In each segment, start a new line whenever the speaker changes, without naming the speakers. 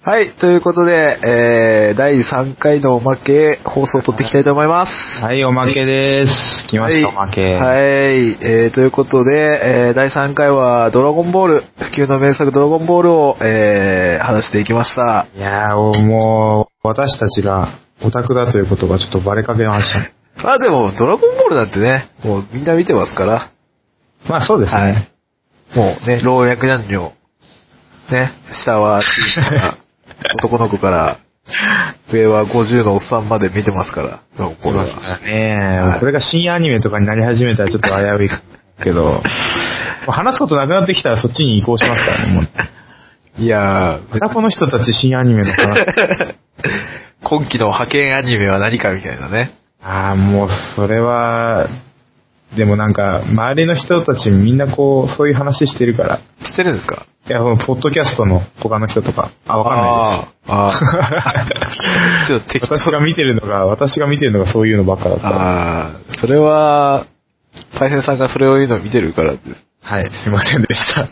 はい、ということで、えー、第3回のおまけ放送を取っていきたいと思います。
はい、おまけです。来ました、おまけ。。
はいい、えー、ということで、えー、第3回はドラゴンボール、普及の名作ドラゴンボールを、えー、話していきました。
いやー、もう、私たちがオタクだということがちょっとバレかけ ました。
まあでも、ドラゴンボールなんてね、もうみんな見てますから、
まあそうですね。
はいもうね、老若男女、ね、下は小さ な男の子から、上は50のおっさんまで見てますから、ドラゴンボールは。
ねえ、
はい
これが深夜アニメとかになり始めたらちょっと危ういけど、もう話すことなくなってきたらそっちに移行しますからね、もう。
いやー
ま、たこの人たち深夜アニメの話。
今期の派遣アニメは何かみたいなね。
ああ、もうそれは、でもなんか、周りの人たちみんなこう、そういう話してるから。
知ってるんですか
いや、もうポッドキャストの他の人とか。あ、わかんないです。
あーあーちょっと適当。
私が見てるのが、私が見てるのがそういうのばっかだった。
ああ、それは、パイセンさんがそれを言うのを見てるからです。
はい、すいませんで した。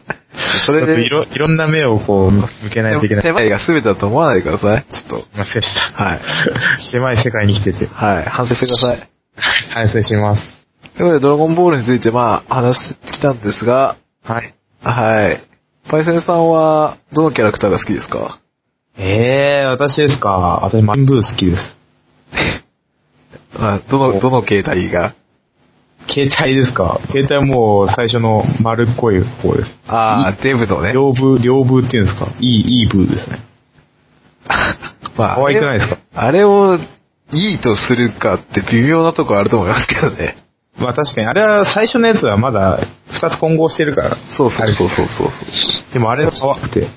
それで
ちょっといろ、いろんな目をこう、向けないといけない。すい
狭いが全てだと思わないでください。ちょっと。
ませんでした。
はい。
狭い世界に来てて。
はい。反省してください。
反省します。
ということで、ドラゴンボールについてまあ、話してきたんですが、
はい。
はい。パイセンさんは、どのキャラクターが好きですか
ええー、私ですか。私、マンブー好きです。
あどの、どの形態が
携帯ですか。携帯もう最初の丸っこい方です。
ああ、デブのね。
両部、両部っていうんですか。いい、いい部ですね。
まあ、
可愛くないですか
あれを、いいとするかって微妙なとこあると思いますけどね。
まあ確かに、あれは最初のやつはまだ二つ混合してるから。
そうそうそうそうそう。
でもあれが可愛くて、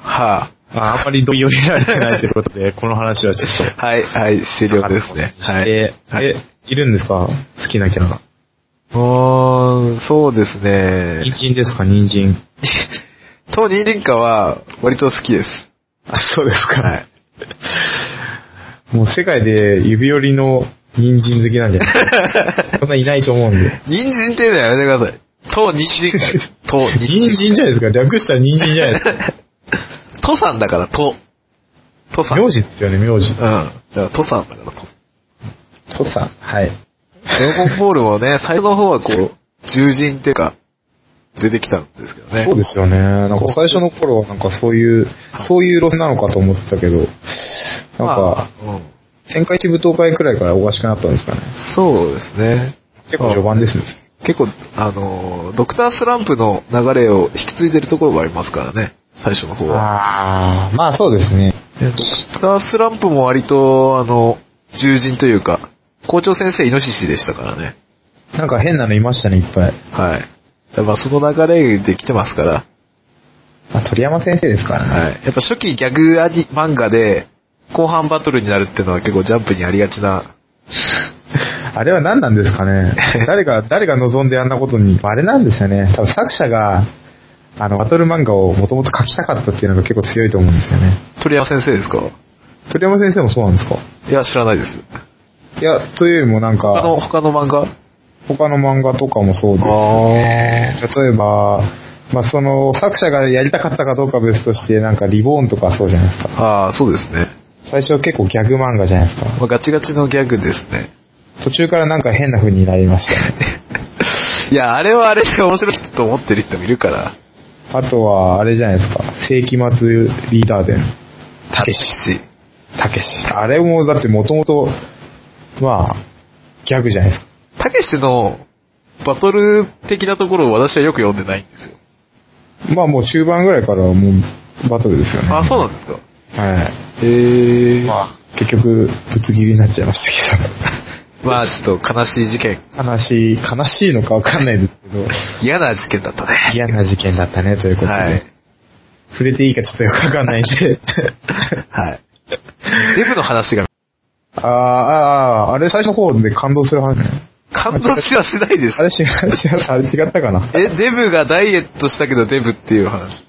は
まあ、あんまり同意を得られてないということで、 この話はちょっ
あ、はい、はい、終了ですね。
と。
はい。
えー、
はい
え、いるんですか好きなキャラ。
うーん、そうです
人
ね。
参ですか人参。
当人輪家は割と好きです。
あ、そうですか。
はい。
もう世界で指折りの人参好きなんじゃな いそんないないと思うんで。
人参っていうのはやめてください。当人輪 家。当人
人参じゃないですか略したら人参じゃないです
参。都さんだから都。都さ
か。
ん。うん。
名字ですよね、名字
だ。から都さんだから都。
とさん。はい。
ドラゴンボールもね、 最初の方はこう、獣人っていうか、出てきたんですけどね。
そうですよね。なんか最初の頃はなんかそういう、そういう路線なのかと思ってたけど、なんか、
まあうん
旋回機舞踏会くらいからおかしくなったんですかね。
そうですね。
結構序盤ですね。
結構、あのー、ドクタースランプの流れを引き継いでるところがありますからね、最初の方は。
ああ、まあそうですね。
えドクタースランプも割と、あの、獣人というか、校長先生イノシシでしたからね。
なんか変なのいましたね、いっぱい。
はい。だからまあその流れで来てますから、
まあ鳥山先生ですからね。
はい。やっぱ初期ギャグアニ漫画で、後半バトルになるっていうのは結構ジャンプにありがちな、
あれは何なんです かね誰が、誰が望んであんなことに。あれなんですよね。多分作者が、あの、バトル漫画をもともと書きたかったっていうのが結構強いと思うんですよね。
鳥山先生ですか
鳥山先生もそうなんですか
いや、知らないです。
いや、というよりもなん
他の、
か、
他の漫画
他の漫画とかもそうです
あ
例えば、まあ、その作者がやりたかったかどうかは別として、なんかリボーンとかそうじゃないですか。
ああ、そうですね。
最初は結構ギャグ漫画じゃないですか。
まあ、ガチガチのギャグですね。
途中からなんか変な風になりましたね。
いや、あれはあれで面白いと思ってる人もいるから。
あとは、あれじゃないですか。世紀末リーダー伝。たけし。たけし。あれもだってもともと、まあ、ギャグじゃないですか。
たけしのバトル的なところを私はよく読んでないんですよ。
まあもう中盤ぐらいからもうバトルですよね。
あ、そうなんですか。
はい。
へえ。ま
まあ、結局、ぶつ切りになっちゃいましたけど。
あ、まあ、ちょっと悲しい事件。
悲しい、悲しいのかわかんないですけど、
嫌な事件だったね。
嫌な事件だったねということで、
はい。
触れていいかちょっとよくわかんないん で。
はい。デブの話が
あーあー、あれ最初の方で感動する話。
感動しはしないでし
あれ違う、違う、あれ違ったかな
た。え、デブがダイエットしたけどデブっていう話。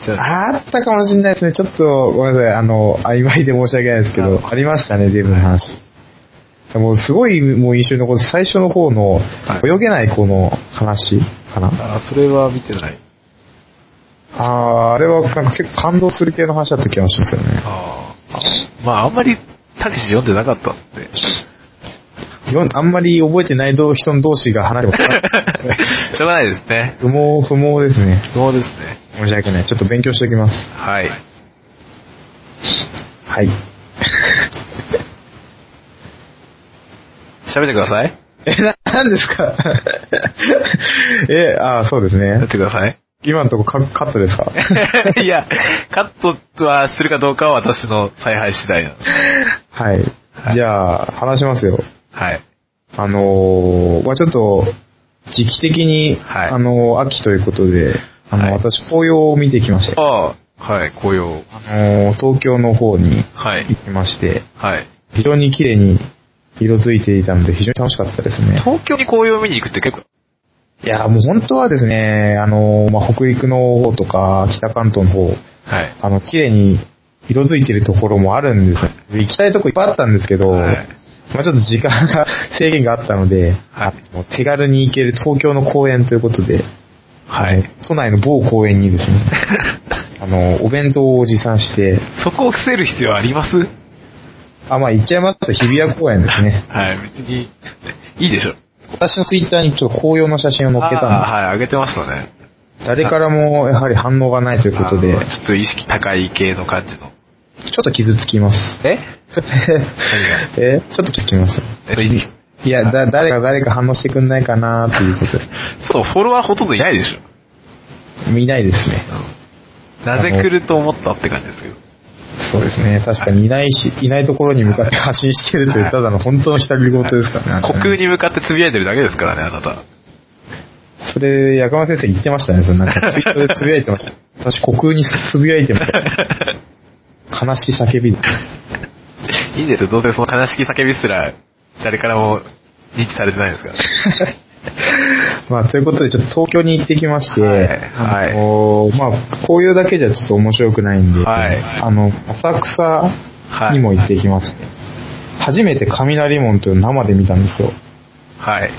じゃあ、
あったかもしれないですね。ちょっと、ごめんなさい。あの、曖昧で申し訳ないですけど、
あ
ありましたね、デブの話。もうすごいもう印象に残って、最初の方の、
い
泳げない子の話かな。
あそれは見てない。
あーあれはなんか結構感動する系の話だった気がしますよね。
ああ。まあ、あんまり、たけし読んでなかったっす ね。
よあんまり覚えてない人同士が話してます。
しょうがないですね。
不毛、不毛ですね。
そうですね。
申し訳ない。ちょっと勉強しておきます。
はい。
はい。
喋ってください。
え、な、なんですか え、あーそうです
やっ
ね。
てください。
今のとこカカットですか
いや、カットはするかどうかは私の采配次第なので。
はい。じゃあ、話しますよ。
はい。
あのーまあちょっと、時期的に、
はい
あのー秋ということで、あの、
はい
私、紅葉を見てきました。
ああ、はい、紅葉。
あのー東京の方に
はい。
行きまして、
はい。
非常に綺麗に色づいていたので、非常に楽しかったですね。
東京に紅葉を見に行くって結構、
いやー、もう本当はですね、あのーまあ北陸の方とか、北関東の方、
はい。
あの、綺麗に色づいてるところもあるんです。行きたいとこいっぱいあったんですけど、
はい
まあちょっと時間が制限があったので、
はい
あの手軽に行ける東京の公園ということで、
はい。
都内の某公園にですね、 あの、お弁当を持参して、
そこを伏せる必要あります
あ、まあ行っちゃいますと日比谷公園ですね。
はい、別に、いいでしょ。
私のツイッターにちょっと紅葉の写真を載っけ
あ
たんで
あはい、あげてましたね。
す。誰からもやはり反応がないということで
あ、のちょっと意識高い系の感じの。
ちょっと傷つきます。
え
え、 ちょっと聞きます。
えっと、い
いや、だ、誰か誰か反応してくんないかなっていうことで。
そう、フォロワーほとんどいないでしょ。
見ないですね。
なぜ来ると思ったって感じですけど。
そうですね。確かにいないし、いないところに向かって発信してるという、ただの本当の独り言ですからね。
虚空に向かってつぶやいてるだけですからね、あな た。
それ、矢川先生言ってましたね。それなんかツイートでつぶやいてました。私、虚空につぶやいてました。悲しき叫び。
いいですよ、どうせその悲しき叫びすら、誰からも認知されてないですから。
まあ、ということで、ちょっと東京に行ってきまして、
はいはい
あのまあ、こういうだけじゃちょっと面白くないんで、
はい
あの、浅草にも行ってきまして、初めて雷門というのを生で見たんですよ。
はい。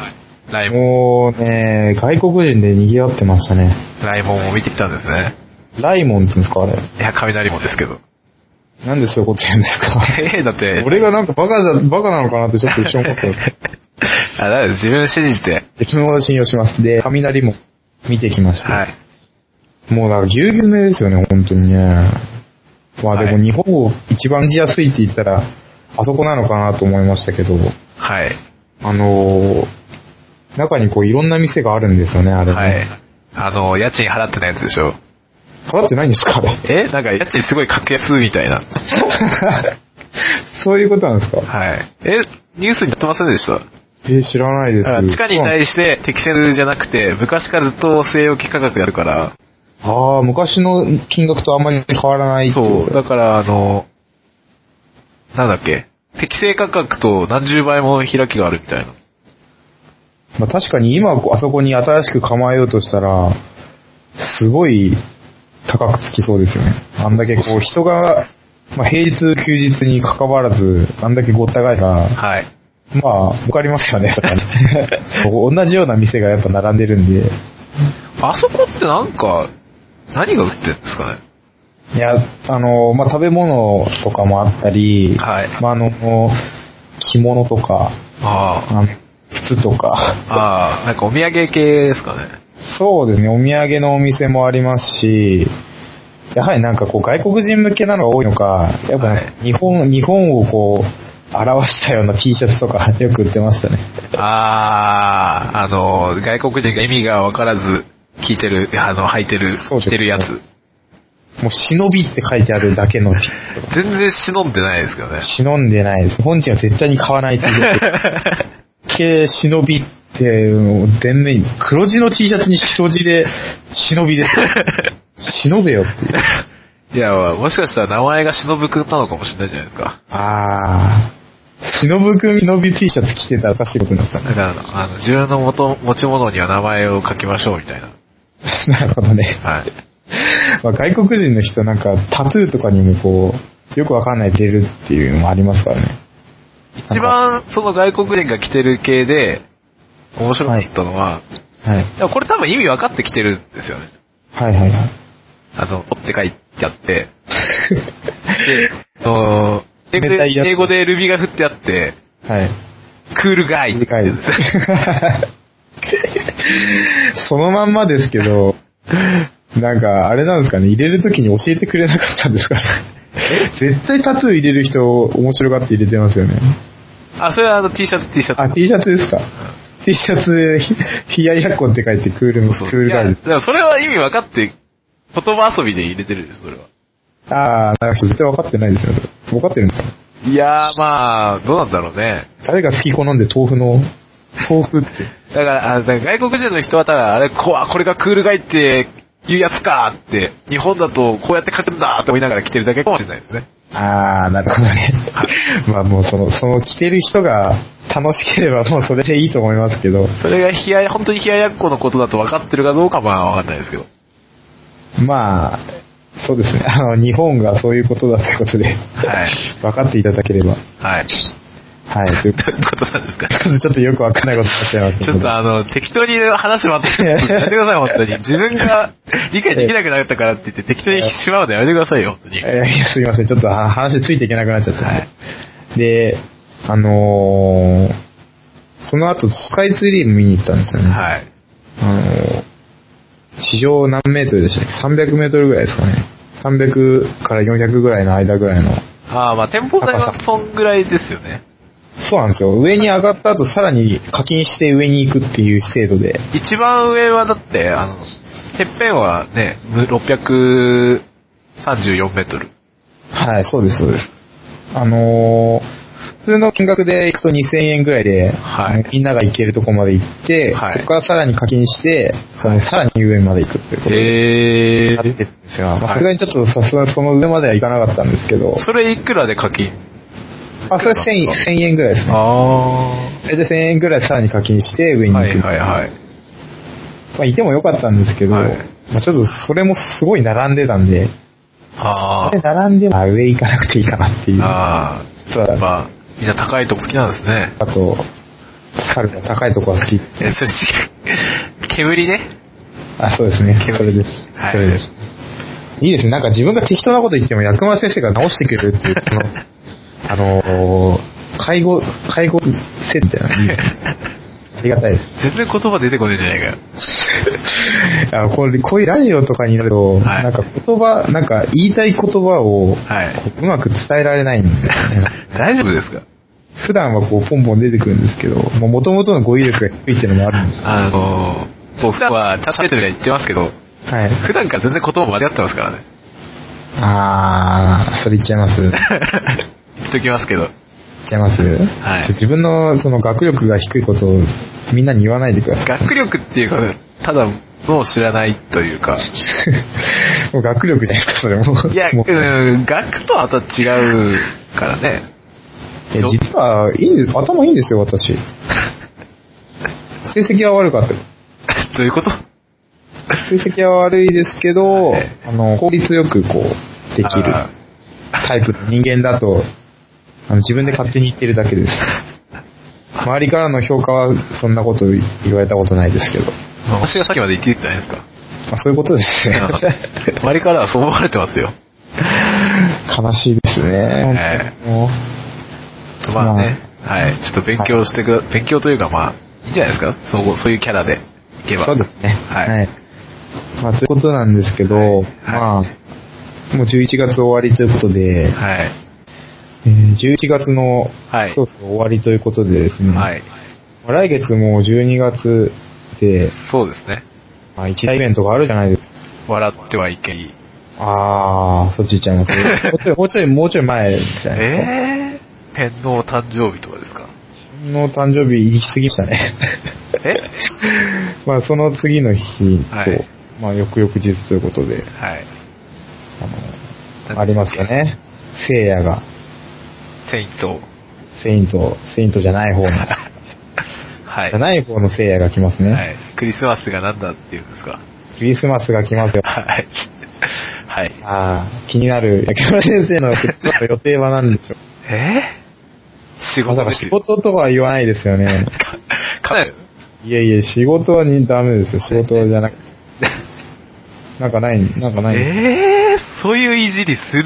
ライモン、
もうね、外国人で賑わってましたね。
ライモンを見てきたんですね。
ライモンって言うんですかあれ。
いや、雷もですけど。
なんでそういうこと言うんですか
ええだって、
俺がなんかバカだ、バカなのかなってちょっと一瞬思ったんですけど。
あ、だから自分を信じて。
で昨日の信用します。で、雷も見てきました。
はい。
もうだからぎゅうぎゅうめですよね、本当にね。まあで
は
も
い
日本を一番来やすいって言ったら、あそこなのかなと思いましたけど、
はい。
あのー中にこういろんな店があるんですよね、あれね。
はい。あの、家賃払ってないやつでしょ。
払ってないんですかあれ。
えなんか家賃すごい格安みたいな。
そういうことなんですか
はい。え、ニュースになってませんでした
えー知らないで
だから
す。
地下に対して適正じゃなくて、昔からずっと据え置き価格やるから、
ああ、昔の金額とあんまり変わらないってい
そう、だからあの、なんだっけ、適正価格と何十倍も開きがあるみたいな。
まあ、確かに今あそこに新しく構えようとしたら、すごい高くつきそうですよね。あんだけこう人が、まあ、平日休日に関わらず、あんだけごった返が、
はい。
まあ、わかりま すよね、それはねそう同じような店がやっぱ並んでるんで。
あそこってなんか、何が売ってるんですかね
いや、あの、まあ、食べ物とかもあったり、
はい
まあ、あの、着物とか、
あ
あの靴とか、
あ。ああ、なんかお土産系ですかね。
そうですね、お土産のお店もありますし、やはりなんかこう外国人向けなのが多いのか、やっぱ
はい
日本、日本をこう、表したような T シャツとかよく売ってましたね。
ああ、あの、外国人が意味がわからず、聞いてる、あの、履いてる、
そうで
着
すね
てるやつ。
もう忍びって書いてあるだけの、
全然忍んでないですけどね。
忍んでないです。日本人は絶対に買わない T シャツ。系忍びって、もう全面に、黒字の T シャツに白字で、忍びです。 忍べよっていう。
いや、もしかしたら名前が忍くんなのかもしれないじゃないですか。
あー、忍くん忍び T シャツ着てたらおかしいことになってたね
だから、あの、自分の元持ち物には名前を書きましょうみたいな。
なるほどね。
はい。
まあ、外国人の人なんかタトゥーとかにもこう、よくわかんない出るっていうのもありますからね。
一番、その外国人が着てる系で、面白かったのは、
はい。
でもこれ多分意味分かってきてるんですよね。
はいはいはい。
あの、取って書いてあ って、で、あの英語
冷たいやつ
で、英語でルビが振ってあって、
はい。
クールガイって
理解です。そのまんまですけど、なんか、あれなんですかね、入れるときに教えてくれなかったんですかね。絶対タトゥー入れる人、面白がって入れてますよね。
あ、それはあの T シャツ、T シャツ。
あ、T シャツですか。T シャツで、ひ冷ややっこって書いてクールの、クールガ
い
イ
や
ル
だ。からそれは意味分かって、言葉遊びで入れてるんです、それは。
あー、なんか絶対分かってないですよ、それ。分かってるんですか
いやー、まあ、どうなんだろうね。
誰が好き好んで豆腐の、豆腐って。
だから、あだから外国人の人は、ただ、あれ、こわ、これがクールガイっていうやつかって、日本だとこうやって書くんだって思いながら来てるだけかもしれないですね。
あー、なるほどね。 まあもうその、その着てる人が楽しければもうそれでいいと思いますけど、
それが冷や、本当に冷ややっこのことだと分かってるかどうかはまあ分かんないですけど。
まあ、そうですね。あの、日本がそういうことだということで、
はい。
分かっていただければ。
はい。
はい。という
どういうことなんですか
ことで、ちょっとよくわかんないことになっちゃいますけ
ち
ど
ょっとあの、適当に話まとめてやめてください、本当 に。自分が理解できなくなったからって言って適当にしまうのやめてくださいよ、本当に。
えーいや、すいません。ちょっとあ話ついていけなくなっちゃった。で、あのーその後、スカイツリーも見に行ったんですよね。い。
はい。
あのー地上何メートルでしたっけ ?300 メートルぐらいですかね。300から400ぐらいの間ぐらいの。
ああ、まあ展望台はそんぐらいですよね。
そうなんですよ。上に上がった後、さらに課金して上に行くっていう制度で。
一番上はだって、あの、てっぺんはね、む634メートル。
はい、そうです、そうです。あのー普通の金額で行くと2000円ぐらいで、
はい
みんなが行けるとこまで行って、
はい
そこからさらに課金して、そのさらに上まで行くということに
へ
なってるんで
え。
すが、ま
はい
あさすがにちょっとさすがにその上までは行かなかったんですけど、
それいくらで課金
あ、それは 1000, 1000円ぐらいですね。
あ
それで1000円ぐらいさらに課金して上
あ。
に行く。
はいはいはい。
まあ、いてもよかったんですけど、
はい
まあ、ちょっとそれもすごい並んでたんで、
あ
で並んで、あ、上行かなくていいかなっていう
あ。。あ
そう
あ。やっ
だ
ぱ、みんな高いとこ好きなんですね。
あと、猿も高いとこは好き。
え、それ違う。煙ね。
あ、そうですね。
煙
それです。
はい
それです。いいですね。なんか自分が適当なこと言っても薬丸先生が直してくれるっていう、その、 あのー介護、介護設定なのいいで すねありがたいです。
全然言葉出てこねえじゃないかよ。
あこれこういうラジオとかになると、
はい
なんか言葉、なんか言いたい言葉を、
はい。
こううまく伝えられないんですよ ね。
大丈夫ですか
普段はこうポンポン出てくるんですけど、もともとの語彙力が低いっていうのもあるんです
あのー、僕は、ちゃんと喋ってるから言ってますけど、
はい。
普段から全然言葉間違ってますから ね。
あー、それ言っちゃいます。言っ
言っときますけど。
ちゃいます、
はい
ちょ自分のその学力が低いことをみんなに言わないでください。
学力っていうか、ただ、もう知らないというか。
もう学力じゃないですか、それも。
いや、
もう
うん、学とはまた違うからね。
いや実はいいんです、頭いいんですよ、私。成績は悪かった。
どういう こと
成績は悪いですけど
はい、
あの、効率よくこう、できる
あ
タイプの人間だと、あの自分で勝手に言ってるだけです。周りからの評価はそんなこと言われたことないですけど。
ー私がさっきまで言ってたじゃないですか。
まあ、そういうことですね。
周りからはそう思われてますよ。
悲しいですね。
え
もう
まあね、はい。ちょっと勉強してくだ、勉強というかまあ、いいんじゃないですかそう、そういうキャラでいけば。
そうですね。
はい。
まあ、ということなんですけ
は
ど、
い
まあ、もう11月終わりということで、
はい。
えー11月の、
はい
そうそう終わりということでですね、
はい。
まあ来月もう12月で、
そうですね。
まあ、一大イベントがあるじゃないですか。
笑ってはいけない。
あー、そっち行っちゃ います。もうちょい、もうちょい前じゃないですか。
えー、天皇誕生日とかですか
自分の誕生日行き過ぎましたね。
え
まあ、その次の日と、
はい
まあ、翌々日ということで、
はい。
あの、ありますよね。聖夜が、
セイント。
セイント、セイントじゃない方 の、じ
はい。
ゃない方の聖夜が来ますね。
はい。クリスマスが何だっていうんですか
クリスマスが 来ますよ。
はい。はい。
ああ、気になる、焼き先生の予定は何 でしょう。
えー、仕事
まさか
だし
仕事とかは言わないですよね。
かかなり
いえいえ、仕事にダメですよ。仕事じゃなくて。なんかない、なんかない。
ええー、そういういじりする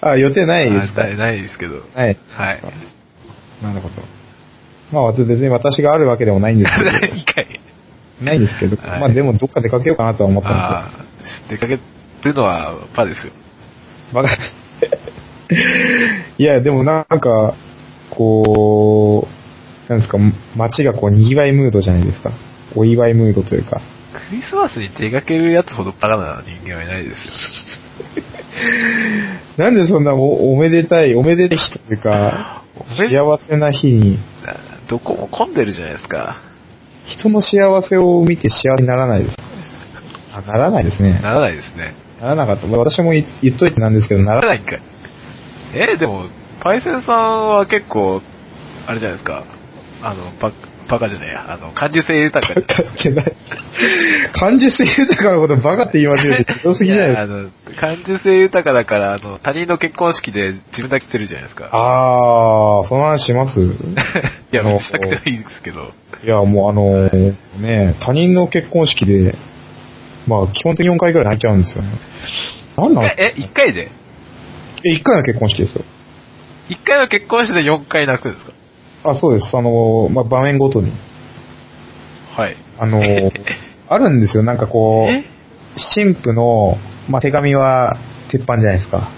あ、予定ないですか
ないないですけど。
はい。
はい。
なるほど。まあ、別に私があるわけでもないんですけ ど、
ないんかい。
ないんですけど、
はい
まあでもどっか出かけようかなとは思ったん
ああ、出かけるのはパですよ。
ですよ。バカ。 いや、でもなんか、こう、なんですか、街がこう賑わいムードじゃないですか。お祝いムードというか。
クリスマスに出かけるやつほどバカな人間はいないですよ。
なんでそんなおおめでたい、おめでたい日というか、
おめで
幸せな日に、
どこも混んでるじゃないですか。
人の幸せを見て幸せにならないですかあ、ならないですね。
ならないですね。
ならなかった。私も言言っといてなんですけど、な
な
ら
ら
ない。
ないんかい。えーでも、パイセンさんは結構、あれじゃないですか。あの、ババカじゃないや。あの、感受性豊かじゃないですか。
関係ない。 感受性豊かなことバカって言いますよね。ひどすぎじゃない
い
で
やあ
す
の、感受性豊かだから、あの、他人の結婚式で自分だけしてるじゃないです
か。
か。
あー、その話します
いや、
あの
別にしたくてはいいですけど。
いや、もうあのーね、他人の結婚式で、まあ、基本的に4回ぐらい泣いちゃうんですよね。なんなん
え、1回で
え、1回の結婚式ですよ。
?1 回の結婚式で4回泣くんですか
あ、そうです。あのーまあ、場面ごとに。
はい。
あのー あるんですよ。なんかこう、
え
神父の、まあ、手紙は鉄板じゃないですか。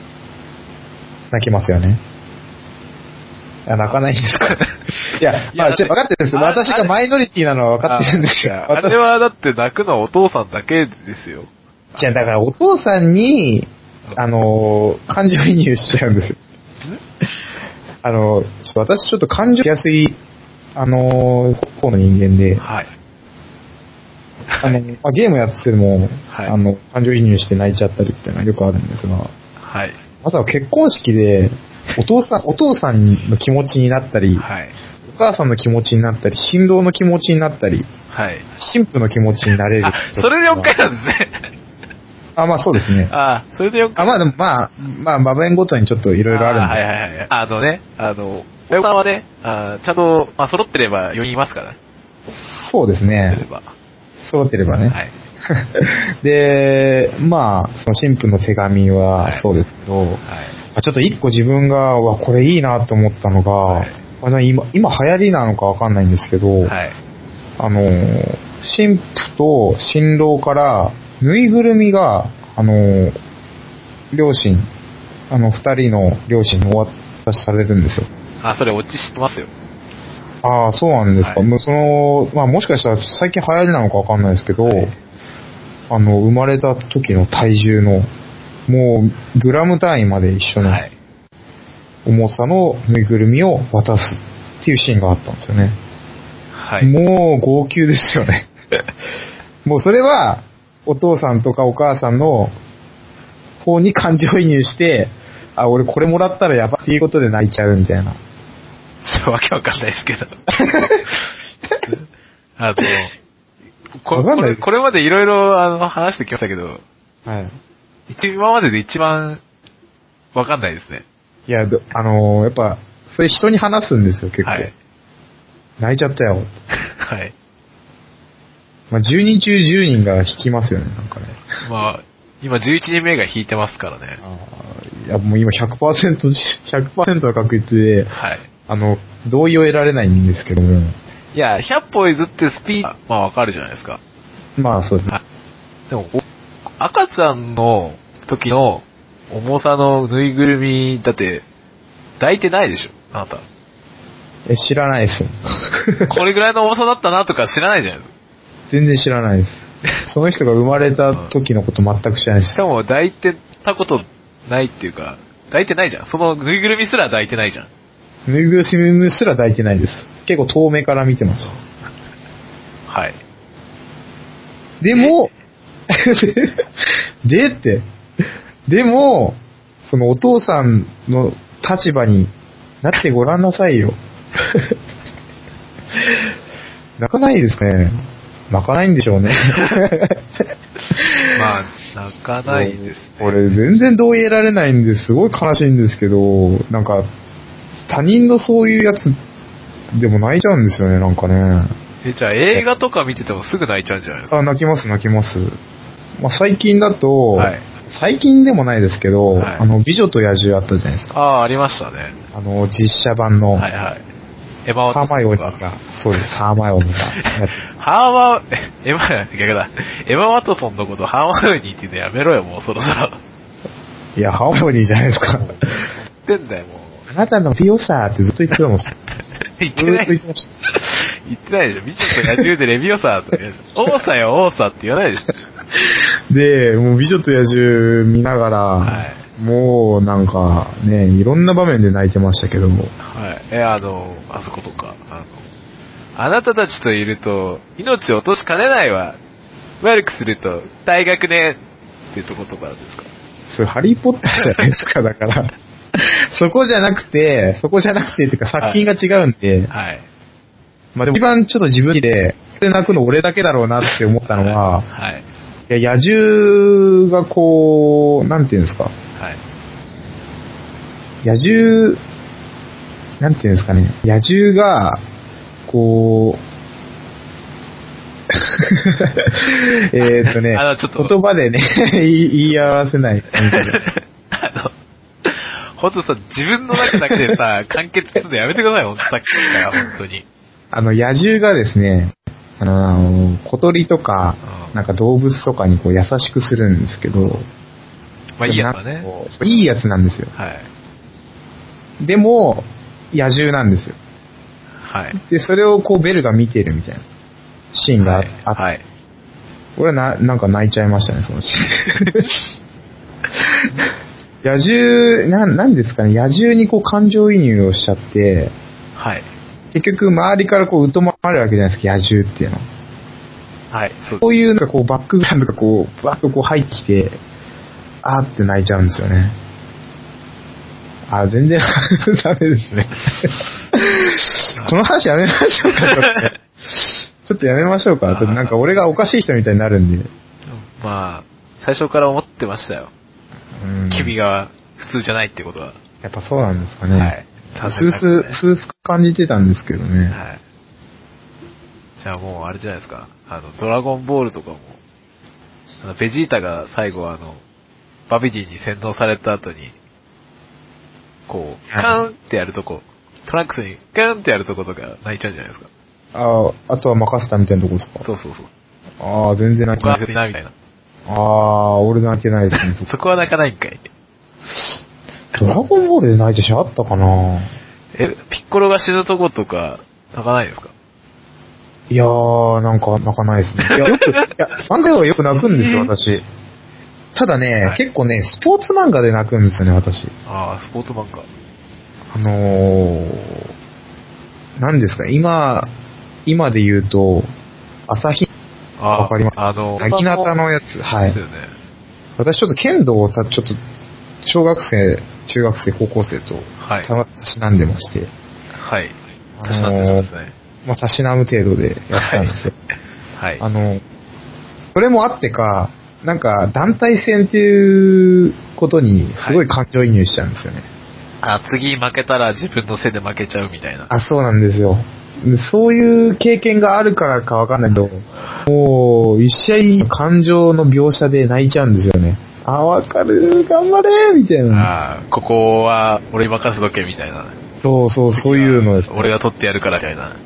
泣きますよね。いや、泣かないんですかいや、
いや
まあ、ちょっと分かってるんですよ。
あ
私がマイノリティなのは分かってるんですよ
あ。あれはだって泣くのはお父さんだけですよ。
私じゃあだからお父さんに、あのー、感情移入しちゃうんですよ。あのー、ちょっと私ちょっと感情しやすい、あのー、方の人間で、
はい。
あの、まあ、ゲームやってても、
はい
あの、感情移入して泣いちゃったりっていうのはよくあるんですが、
はい。
まさか結婚式で、お父さん、お父さんの気持ちになったり、
はい。
お母さんの気持ちになったり、新郎の気持ちになったり、
はい。
新婦の気持ちになれる
あ。、それで4回なんですね。
あ、まあそうですね。
あ、それで4回。
あ、まあでもまあ、まあ場面ごとにちょっといろいろあるんです。
はいはいはい。あのね、あの、親御さんはね、あちゃんと、まあ、揃ってれば4人いますから、ね、
そうです
揃ってれ
ね。
ば。
揃ってればね。
はい。
で、まあ、その新婦の手紙
はい
はそうですけど、
はい。
あちょっと一個自分が、うわ、これいいなと思ったのが、
はい
あの今、今流行りなのかわかんないんですけど、
はい。
あのー、新婦と新郎から、ぬいぐるみが、あのー、両親、あの、二人の両親にお渡しされるんですよ。
あ、それ、オチ知ってますよ。
ああ、そうなんですか。
はい
もうその、まあもしかしたら最近流行りなのかわかんないですけど、
はい
あの、生まれた時の体重の、もう、グラム単位まで一緒の
はい。
重さのぬいぐるみを渡すっていうシーンがあったんですよね。
はい。
もう号泣ですよ ね。もうそれは、お父さんとかお母さんの方に感情移入して、あ、俺これもらったらやばっていうことで泣いちゃうみたいな。
ちょっとわけわかんないですけ ど。あの、こ
わかん
こ
ない
れこれまでいろいろあの話してきましたけど、
はい。
一今までで一番わかんないですね。
いや、どあのーやっぱ、それ人に話すんですよ、結構。
はい。
泣いちゃったよ。
はい。
まあ、10人中10人が引きますよね、なんかね。
まあ、今11人目が引いてますからね。
あーいや、もう今100%、100%の確率で、
はい。
あの、同意を得られないんですけども、
いや、100歩譲ってスピード、まあわかるじゃないですか。
まあそうですね。
でも、お赤ちゃんの時の重さのぬいぐるみ、だって、抱いてないでしょあなた。
え知らないです。
これぐらいの重さだったなとか知らないじゃないですか。
全然知らないです。その人が生まれた時のこと全く知らないで
し
す。
かも抱いてたことないっていうか、抱いてないじゃん。そのぬいぐるみすら抱いてないじゃん。
ぬいぐるみすら抱いてないです。結構遠目から見てまし
はい。
た。でも、 で って、でも、そのお父さんの立場になってごらんなさいよ。 泣かないですかね。泣かないんで しょうね。
まあ、泣かないですね。
俺、全然同意得られないんですごい悲しいんですけど、なんか、他人のそういうやつでも泣いちゃうんですよね、なんかね。
え、じゃあ映画とか見ててもすぐ泣いちゃうんじゃないですか
あ、泣きます、泣きます。まあ、最近だと、
はい
最近でもないですけど、
はい
あの、美女と野獣あったじゃないですか。
ああ、ありましたね。
あの、実写版の、
はいはい。エマ・
ハ
ワ
ーマイオニーが、そうです、ハーマイオニー が。
ハーマー、エマ、逆だ。エマ・ワトソンのことハーマイオニーっていうのやめろよ、もうそろそろ。
いや、ハーマイオニーじゃないですか。
言ってんだよ、もう。
あなたの強さってずっと言ってたもん。ずっ
言って
と
な
言
い。
ってまし
言ってないでしょ。美女と野獣でレビオサーって言うでしょ。オーサよ、オーサって言わないでしょ。
た。で、もう美女と野獣見ながら、
は
もうなんかね、いろんな場面で泣いてましたけども。
はい。え、あの、あそことか。あの、あなたたちといると、命を落としかねないわ。悪くすると、大学ね、っていうとことかですか。
それハリーポッターじゃないですか、だ から。そこじゃなくて、そこじゃなくてっていうか作品が違うんで、
はい。
まあでも一番ちょっと自分で、で泣くの俺だけだろうなって思ったの
は
は、
い。
いや、野獣がこう、なんていうんですか、
はい。
野獣、なんていうんですかね、野獣が、 こう、えーっとね
あのちょっと
言葉でね、 言い言い合わせ ない感じで。
あの、ほんとさ、自分の中だけでさ、 完結するのやめてください、ほんとさっきから、ほんとに。
あの、野獣がですね、あの、小鳥とか
う、ん
なんか動物とかにこう優しくするんですけど、
まあいいやつだ
で
ね。
もなんかこういいやつなんですよ。
はい。
でも、野獣なんですよ。
はい。
で、それをこうベルが見てるみたいなシーンがあ
は
っ
い
て、。
はい。
俺はな、なんか泣いちゃいましたね、そのシ ーン。野獣、なん、なんですかね、野獣にこう感情移入をしちゃって、
はい。
結局周りからこう疎まれるわけじゃないですか、野獣っていうのは。
はい。そう
こういうなんかこうバックグラウンドがこう、バッとこう入ってきて、あーって泣いちゃうんですよね。あー、全然 ダメですね。 この話やめましょうか、ちょ っと。ちょっとやめましょうか。ちょっとなんか俺がおかしい人みたいになるんで。
まあ、最初から思ってましたよ。
うん、
君が普通じゃないってことは。
やっぱそうなんですかね。
はい。
スースー、スースー感じてたんですけどね。
はい。じゃあもうあれじゃないですか。あの、ドラゴンボールとかも、あの、ベジータが最後あの、バビディに洗脳された後に、こう、
はい
カーンってやるとこ、トランクスにカーンってやるとことか泣いちゃうんじゃないですか。
ああ、あとは任せたみたいなとこですか
そうそうそう。
ああ、全然泣き
僕は泣
ませ
け
ん。
な
あ
いみたいな。
あー、俺泣けないですね。そこ
そこは泣かないんかい。
ドラゴンボールで泣いたしあったかな
え、ピッコロが死ぬとことか、泣かないですか
いやー、なんか泣かないですね。いや、よく、いや、漫画ではよく泣くんですよ、私。ただね、
はい
結構ね、スポーツ漫画で泣くんですよね、私。
ああ、スポーツ漫画。
あのー、何ですか、今、今で言うと、朝日、
あー
わかります
あの、
なぎなたのやつ。は
で
い
す。よね。
私ちょっと剣道をた、ちょっと、小学生、中学生、高校生と、
はい
たたしなんでまして、
はい。
あのー
足したんですね。
まあ、たしなむ程度でやったんですよ。
はい。
あの、それもあってか、なんか団体戦っていうことにすごい感情移入しちゃうんですよね。
あ、次負けたら自分のせいで負けちゃうみたいな。
あ、そうなんですよ。そういう経験があるからかわかんないけど、もう、一試合の感情の描写で泣いちゃうんですよね。あ、わかる、頑張れみたいな。
あーここは俺に任せとけみたいな。
そうそう、そういうのです。
俺が取ってやるからみたいな。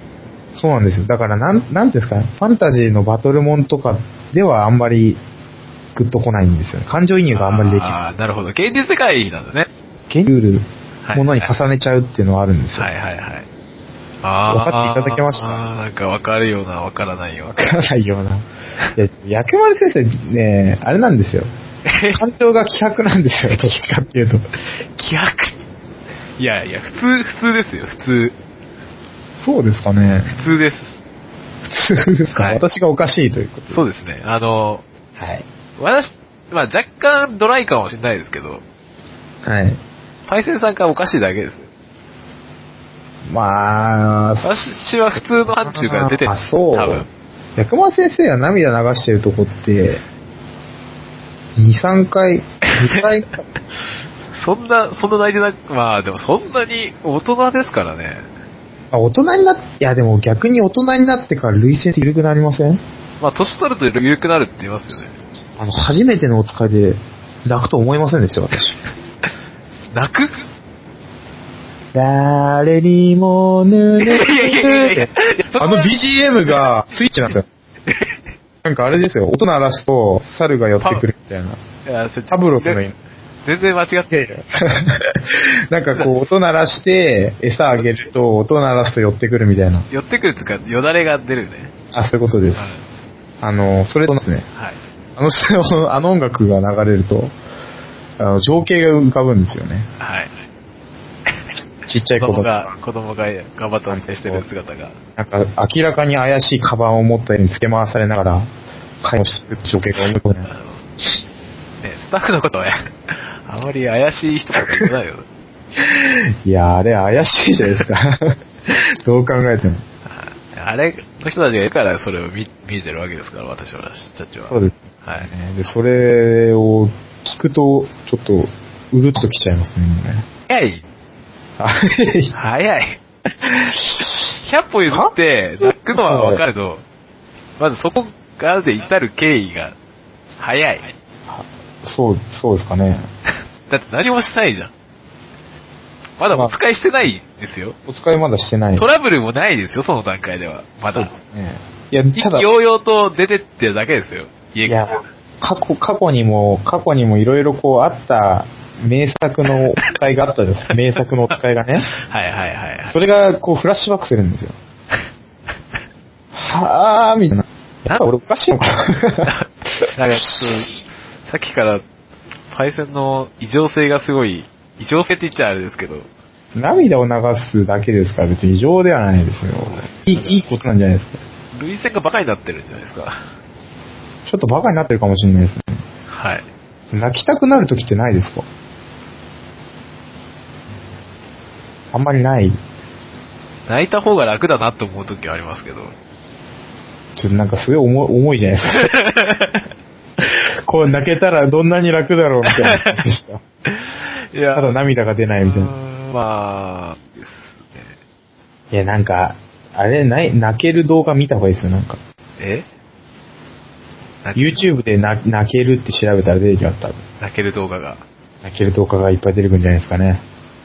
そうなんですよ。だから、なん、なんていうんですかね、ファンタジーのバトルモンとかではあんまり、グッとこないんですよね。感情移入があんまりできない。
あーなるほど。現実世界なんですね。
現ルール
はい
ものに重ねちゃうっていうのはあるんですよ。
はいはいはい。ああ。
分かっていただけました
あーなんかわかるような、わからないような。
わ からないような。いや、薬丸先生ね、あれなんですよ。感情が希薄なんですよ、 どっちかっていうと。
気迫いやいや、普通、普通ですよ、普通。
そうですかね。
普通です。
そうですか、
はい
私がおかしいということ。
そうですね。あの、
はい。
私、まあ若干ドライかもしれないですけど、
はい。
パイセンさんがおかしいだけです。
まあ、
私は普通の範疇から出てる。
あ、そう
多分。。
薬丸先生が涙流してるとこって、2、3回、2回、
そんな、そんな泣いてなく、まあでもそんなに大人ですからね。
あ大人になっ、いやでも逆に大人になってから累戦って緩くなりません
まあ、年取ると緩くなるって言いますよね。
あの、初めてのお使いで泣くと思いませんでした、私。
泣く
誰にも濡れて あの BGM がスイッチ なんですよ。なんかあれですよ、音鳴らすと猿が寄ってくるみたいな。
いや、それ
タブロフ の犬。
全然間違って。
なんかこう音鳴らして餌あげると音鳴らすと寄ってくるみたいな。
寄ってくるっていうか、よだれが出るね。
あ、そういうことです。あの、それとですね、
はい。
あの、そのあの音楽が流れると、あの、情景が浮かぶんですよね。
はい。
ちっちゃい
子
子
供
供
が、子供が頑張って運転してる姿が。
なんか、明らかに怪しいカバンを持ったように付け回されながら、介護してる情景が思い浮かぶ
あの
ね。
ね、スタッフのことは、あまり怪しい人とか言ってないよ。
いや、あれ怪しいじゃないです か。どう考えても。
あれの人たちがいるから、それを見見えてるわけですから、私は、たちは。
そうです。
はい。
で、それを聞くと、ちょっと、うるっときちゃいますね、もうね。
早い
あ
早い !100 歩譲って、泣くのはわかると、まずそこからで至る経緯が、早い。
そう、そうですかね。
だって何もしないじゃん。まだお使いしてないですよ。
お使いまだしてない。
トラブルもないですよ、その段階では。ま
そう
だ
で。すね。いや、
意
ただ、
気
い
揚々と出てってるだけですよ。家
や
から。、
過去、過去にも、過去にもいろいろこうあった、名作のお使いがあったんです。名作のお使いがね。
はいはいはいはい。
それが、こう、フラッシュバックするんですよ。はぁー、みたいな。やっぱ俺おかしいのかな
なんかちょっと、さっきから、パイセンの異常性がすごい、異常性って言っちゃあれですけど、
涙を流すだけですから別に異常ではないですよ。いい、いいことなんじゃないですか。
類線がバカになってるんじゃないですか。
ちょっとバカになってるかもしれないですね。
はい。
泣きたくなる時ってないですかあんまりない。
泣いた方が楽だなって思う時はありますけど。
ちょっとなんかすごい重い重いじゃない ですか。こう泣けたらどんなに楽だろうみたいな感じでした。
いや
ただ涙が出ないみたいな。
まあ、です
いや、なんか、あれ、ない、泣ける動画見た方がいいですよ、なんか。
ね。えな
YouTube でな泣けるって調べたら出てきます、多分。
泣ける動画が、
泣ける動画がいっぱい出てくるんじゃないですかね。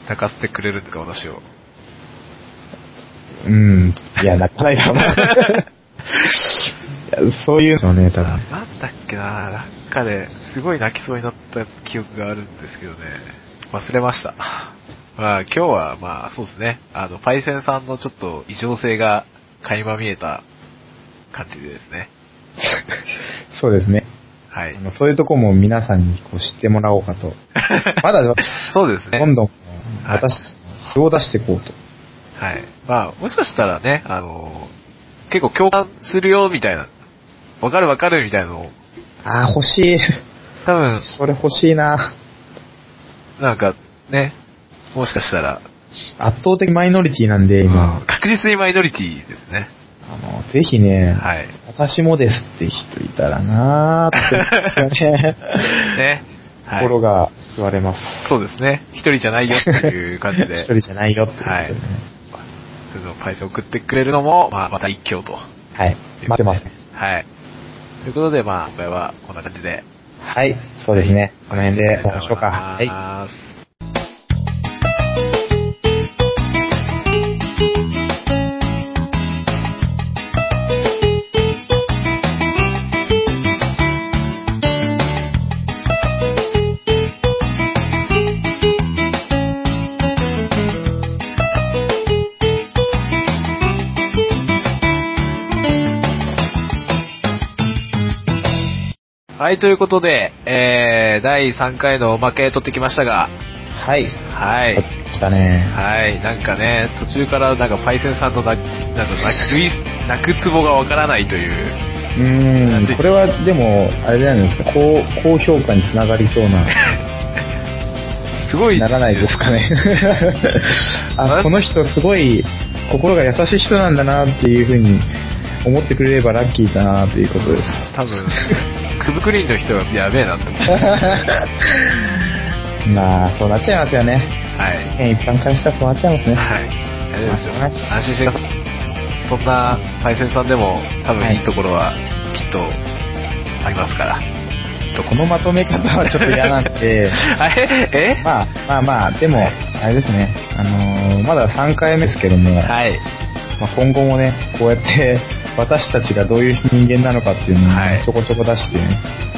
泣かせてくれるってか私を。
うん。いや、泣かない かも。いやそういうのね、多分。
なんだっけな、なんかで、すごい泣きそうになった記憶があるんですけどね。忘れました。まあ今日はまあそうですね、あの、パイセンさんのちょっと異常性が垣間見えた感じでですね。
そうですね。
はい
あ。のそういうとこも皆さんにこう知ってもらおうかと。 まだ、
そうですね。
どんどん
はい
私、素を出していこうと。
はい。まあ、もしかしたらね、あのー結構共感するよ、みたいな。わかるわかる、みたいなのを、
ああ、欲しい。
多分、
それ欲しいな。
なんか、ね、もしかしたら、
圧倒的マイノリティなんで、今。
うん確実にマイノリティですね。
あの、ぜひね、
はい。
私もですって人いたらなーって、ね、
ね。 はい。
心が救われます。
そうですね。一人じゃないよっていう感じで、
一人じゃないよってことでね。
そういうのをパイセン送ってくれるのも、まあ、また一挙と。
はい。待ってます。
はい。ということで、まあ、今回はこんな感じで。
はい。そうですね。この辺で終わりましょうか。
あ
は
り
い
がとうござい。ます。はい、ということで、えー、第3回のおまけ取ってきましたが、
はい。
は
はい。
い。
したね。
はい、なんかね、途中からなんかパイセンさんのな、なんか泣くい、泣くツボがわからないという
う、ーん。これはでも、あれじゃないですか、高高評価につながりそうな、
すごい、
ならないです かね。
あ
あ、この人すごい心が優しい人なんだなっていうふうに思ってくれればラッキーだなということです。
多分、クブクリンの人がやべえなって思う。
まあ、そうなっちゃいますよね。
はい。
一般化したらそうなっちゃいますね。
はい。あれですよ。
はい
安心してください。そんな対戦さんでも多分
は
い
い
いところはきっとありますから。
このまとめ方はちょっと嫌なんで、
あれえ
まあまあまあ、でも、あれですね、あのーまだ3回目ですけども、
はい。
まあ、今後もね、こうやって私たちがどういう人間なのかっていうの
は
を
い
ちょこちょこ出して、ね、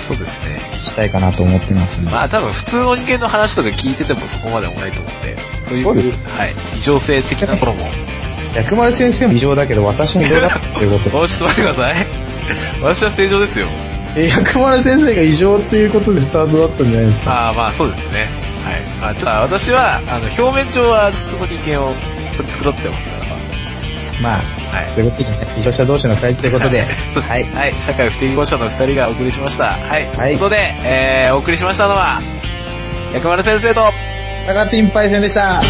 そうですね。
聞きたいかなと思ってますんで、
まあ多分普通の人間の話とか聞いててもそこまでもないと思うんで、そういう、
そうです
はい。異常性的なところも。
薬丸先生も異常だけど、私も異常だっていうこと。
おちょっと待ってください。私は正常ですよ。
え、薬丸先生が異常っていうことでスタートだったんじゃないですか。
ああまあそうですね。はい。まあちょっと私は、あの、表面上は普通の人間を取り繕ってますから
まあ、
はい。
そういうことでね、異常者同士の2人という ことで、
そうです
はい。
はい、社会不適合者の2人がお送りしました。はい。
は
とい
い
うことで、えー、お送りしましたのは、薬丸先生と、
高ティンパイセンでした。